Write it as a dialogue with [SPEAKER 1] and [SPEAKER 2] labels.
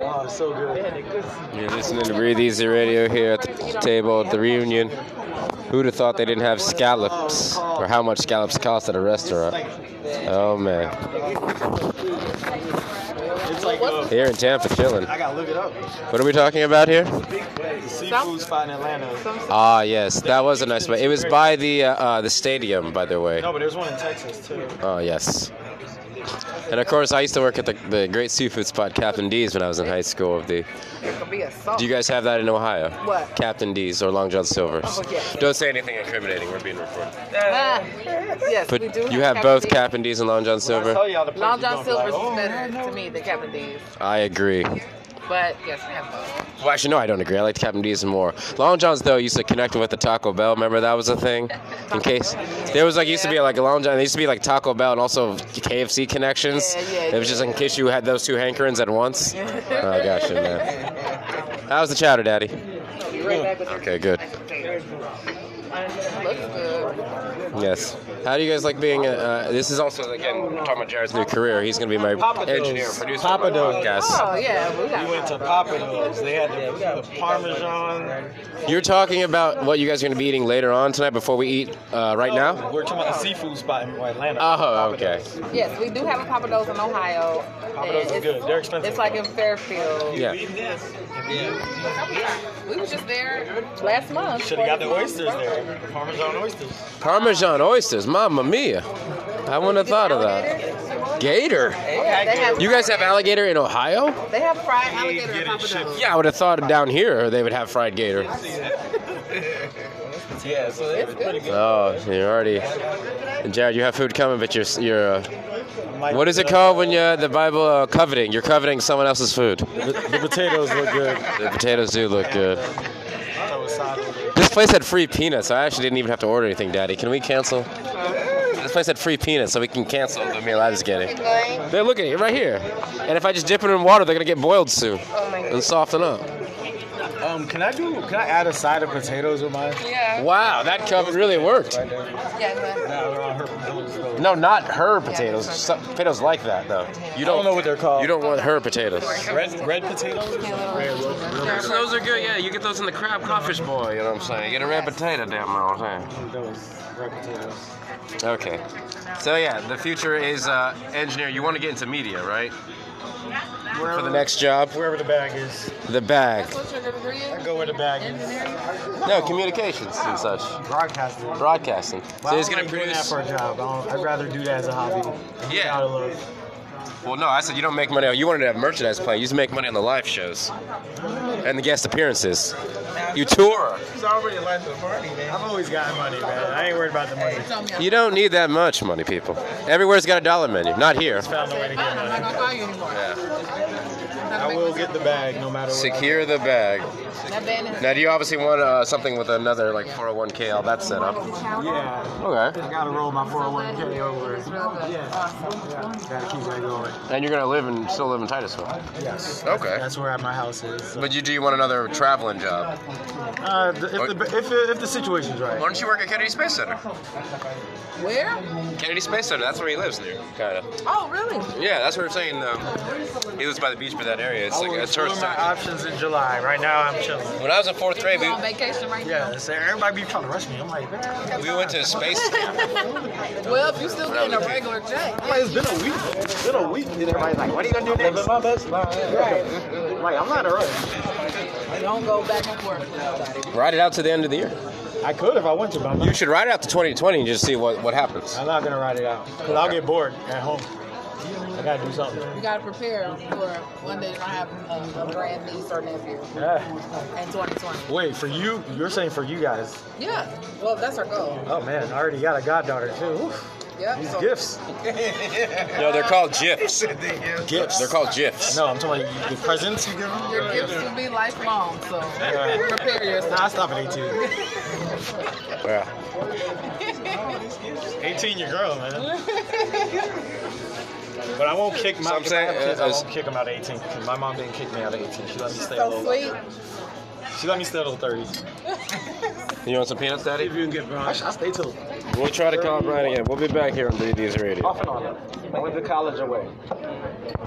[SPEAKER 1] Oh, it's so good.
[SPEAKER 2] You're listening to Breathe Easy Radio here at the table at the reunion. Who'd have thought they didn't have scallops or how much scallops cost at a restaurant? Oh man,
[SPEAKER 1] It's like, uh,
[SPEAKER 2] here in Tampa, chilling.
[SPEAKER 1] I gotta look it up.
[SPEAKER 2] What are we talking about here?
[SPEAKER 1] The seafood spot in Atlanta.
[SPEAKER 2] Ah, yes, that was a nice one. It was by the uh, uh, the stadium, by the way.
[SPEAKER 1] No, but there's one in Texas too.
[SPEAKER 2] Oh yes. And of course, I used to work at the, the great seafood spot Captain D's when I was in high school. Of the,
[SPEAKER 3] It could be a song.
[SPEAKER 2] do you guys have that in Ohio?
[SPEAKER 3] What?
[SPEAKER 2] Captain D's or Long John Silver's?
[SPEAKER 3] Oh, yes.
[SPEAKER 2] Don't say anything incriminating. We're being recorded.
[SPEAKER 3] Ah, yes,
[SPEAKER 2] But
[SPEAKER 3] we do.
[SPEAKER 2] you have
[SPEAKER 3] Captain
[SPEAKER 2] both
[SPEAKER 3] D's.
[SPEAKER 2] Captain D's and Long John Silver.
[SPEAKER 1] I tell y'all the place
[SPEAKER 3] Long
[SPEAKER 1] you
[SPEAKER 3] John
[SPEAKER 1] gonna be like,
[SPEAKER 3] Silver's
[SPEAKER 1] "Oh,
[SPEAKER 3] is better to me than Captain D's,
[SPEAKER 2] I agree.
[SPEAKER 3] but yes, we have both.
[SPEAKER 2] Well, actually, no, I don't agree. I liked Captain D's more. Long John's though used to connect with the Taco Bell. Remember that was a thing. In case there was like used to be like a Long John, there used to be like Taco Bell and also KFC connections.
[SPEAKER 3] Yeah, yeah,
[SPEAKER 2] it was just in case you had those two hankerings at once. oh gosh, man. How's the chowder, Daddy?
[SPEAKER 3] Be right back with your
[SPEAKER 2] Okay, good.
[SPEAKER 3] mashed potatoes. Looks good.
[SPEAKER 2] Yes. How do you guys like being? Uh, uh, this is also again talking about Jared's new career. He's going to be my
[SPEAKER 1] Papados.
[SPEAKER 2] engineer, producer, of my
[SPEAKER 1] Papados.
[SPEAKER 2] podcast.
[SPEAKER 3] Oh yeah, we got.
[SPEAKER 1] We went to Papados. They had the, the Parmesan.
[SPEAKER 2] You're talking about what you guys are going to be eating later on tonight before we eat uh, right now.
[SPEAKER 1] We're talking about the seafood spot in Atlanta.
[SPEAKER 2] Oh, okay.
[SPEAKER 1] Papados.
[SPEAKER 3] Yes, we do have a Papa Do's in Ohio.
[SPEAKER 1] Papados
[SPEAKER 3] And
[SPEAKER 1] is good. They're expensive.
[SPEAKER 3] It's like in Fairfield.
[SPEAKER 2] Yeah.
[SPEAKER 3] We was just there last month.
[SPEAKER 1] Should have got the oysters there. Parmesan oysters.
[SPEAKER 2] Parmesan oysters, mamma mia. I wouldn't have thought of that.
[SPEAKER 3] that.
[SPEAKER 2] Gator.
[SPEAKER 3] they have,
[SPEAKER 2] You guys have alligator in Ohio?
[SPEAKER 3] they have fried alligator and Papa Do's.
[SPEAKER 2] Yeah, I would have thought down here they would have fried gator.
[SPEAKER 1] Yeah, so it's pretty good.
[SPEAKER 2] Oh, you're already. Jared, you have food coming, but you're you're. Uh, what is it called when you the Bible uh, coveting? You're coveting someone else's food.
[SPEAKER 1] The, the potatoes look good.
[SPEAKER 2] The potatoes do look good.
[SPEAKER 1] So it's solid.
[SPEAKER 2] This place had free peanuts. I actually didn't even have to order anything, Daddy. Can we cancel? This place had free peanuts, so we can cancel the meal I was getting. They're looking right here, and if I just dip it in water, they're gonna get boiled soon and soften up.
[SPEAKER 1] Um, can I do? Can I add a side of potatoes with mine?
[SPEAKER 3] Yeah.
[SPEAKER 2] Wow, that cover really worked.
[SPEAKER 1] Right there.
[SPEAKER 3] Yeah.
[SPEAKER 1] Nah, they're on her potatoes though.
[SPEAKER 2] No, not her potatoes. Some potatoes like that though.
[SPEAKER 1] I
[SPEAKER 2] You
[SPEAKER 1] don't know what they're called.
[SPEAKER 2] You don't want her potatoes.
[SPEAKER 1] Red, red potatoes?
[SPEAKER 2] Those are good. Yeah, you get those in the crab crawfish boil. You know what I'm saying? You get a red potato down there.
[SPEAKER 1] Red potatoes.
[SPEAKER 2] Okay. So yeah, the future is uh, engineer. You want to get into media, right? For the next job,
[SPEAKER 1] Wherever the bag is.
[SPEAKER 2] the bag.
[SPEAKER 3] What's your degree in?
[SPEAKER 1] I go where the bag is.
[SPEAKER 2] No, communications and such.
[SPEAKER 1] Broadcasting.
[SPEAKER 2] Broadcasting. So he's gonna
[SPEAKER 1] I'm doing that
[SPEAKER 2] produce.
[SPEAKER 1] for a job. I don't, I'd rather do that as a hobby.
[SPEAKER 2] Yeah.
[SPEAKER 1] Out of love.
[SPEAKER 2] Well, no, I said you don't make money. You wanted to have merchandise play. You used to make money on the live shows and the guest appearances. You tour.
[SPEAKER 1] It's already life of party, man. I've always got money, man. I ain't worried about the money.
[SPEAKER 2] You don't need that much money, people. Everywhere's got a dollar menu. Not here.
[SPEAKER 1] Found a way to get
[SPEAKER 3] I'm not
[SPEAKER 1] money.
[SPEAKER 3] gonna call you anymore.
[SPEAKER 1] I will get the bag no matter what.
[SPEAKER 2] Secure the bag.
[SPEAKER 3] That band is
[SPEAKER 2] Now, do you obviously want uh, something with another like 401k? All that set up.
[SPEAKER 1] Yeah.
[SPEAKER 2] Okay.
[SPEAKER 1] I gotta roll my 401k over.
[SPEAKER 3] It's real good.
[SPEAKER 1] Yeah. yeah. Gotta keep that going.
[SPEAKER 2] And you're gonna live and still live in Titusville.
[SPEAKER 1] Yes.
[SPEAKER 2] Okay.
[SPEAKER 1] That's where my house is. so.
[SPEAKER 2] But you do you want another traveling job?
[SPEAKER 1] Uh, if, the, if, the, if the situation's right.
[SPEAKER 2] Why don't you work at Kennedy Space Center?
[SPEAKER 3] where?
[SPEAKER 2] Kennedy Space Center. That's where he lives near. Kind of.
[SPEAKER 3] Oh, really?
[SPEAKER 2] Yeah, that's what I'm saying. Um, he lives by the beach, but that area it's
[SPEAKER 1] I
[SPEAKER 2] like
[SPEAKER 1] will
[SPEAKER 2] a
[SPEAKER 1] explore
[SPEAKER 2] tourist.
[SPEAKER 1] my
[SPEAKER 2] attraction.
[SPEAKER 1] options in July. Right now, I'm chilling.
[SPEAKER 2] When I was in fourth grade,
[SPEAKER 3] You on
[SPEAKER 2] we,
[SPEAKER 3] vacation right now?
[SPEAKER 1] Yeah, so everybody be trying to rush me. I'm like, man,
[SPEAKER 2] we went to space.
[SPEAKER 3] Well, if you still getting a regular check, yeah.
[SPEAKER 1] it's been a week. It's been a week. And everybody's like, what are you going to do next? Living my best life. Like, I'm not a rush.
[SPEAKER 3] don't go back and forth. with nobody.
[SPEAKER 2] Ride it out to the end of the year.
[SPEAKER 1] I could if I wanted to, but I'm
[SPEAKER 2] You
[SPEAKER 1] not.
[SPEAKER 2] should ride it out to 2020 and just see what, what happens.
[SPEAKER 1] I'm not going to ride it out. Because I'll get bored at home. I got to do something.
[SPEAKER 3] You gotta prepare for one day you don't have a, a grand niece or nephew
[SPEAKER 1] Yeah.
[SPEAKER 3] in 2020.
[SPEAKER 1] Wait, for you, you're saying for you guys.
[SPEAKER 3] Yeah, well, that's our goal.
[SPEAKER 1] Oh, man, I already got a goddaughter, too. Oof.
[SPEAKER 3] Yep.
[SPEAKER 1] These
[SPEAKER 3] so-
[SPEAKER 1] gifts.
[SPEAKER 2] No, they're called GIFs.
[SPEAKER 1] Gifts.
[SPEAKER 2] They're called GIFs.
[SPEAKER 1] No, I'm talking about the presents you give them.
[SPEAKER 3] Your gifts will be lifelong, so
[SPEAKER 1] Yeah.
[SPEAKER 3] prepare
[SPEAKER 1] Nah,
[SPEAKER 3] yourself.
[SPEAKER 1] I stop at 18.
[SPEAKER 2] Yeah.
[SPEAKER 1] 18 your girl, man. but I won't kick my
[SPEAKER 2] So I'm
[SPEAKER 1] if I
[SPEAKER 2] saying,
[SPEAKER 1] have kids,
[SPEAKER 2] uh,
[SPEAKER 1] I
[SPEAKER 2] as-
[SPEAKER 1] won't kick them out at 18 because my mom didn't kick me out at 18. She let me stay a
[SPEAKER 3] So
[SPEAKER 1] little.
[SPEAKER 3] sweet.
[SPEAKER 1] She let me stay till 30s.
[SPEAKER 2] You want some peanuts, Daddy?
[SPEAKER 1] you can get I, I stay till
[SPEAKER 2] We'll try to call Brian again. We'll be back here on Breathe Easy Radio.
[SPEAKER 1] off and on. I went to college away.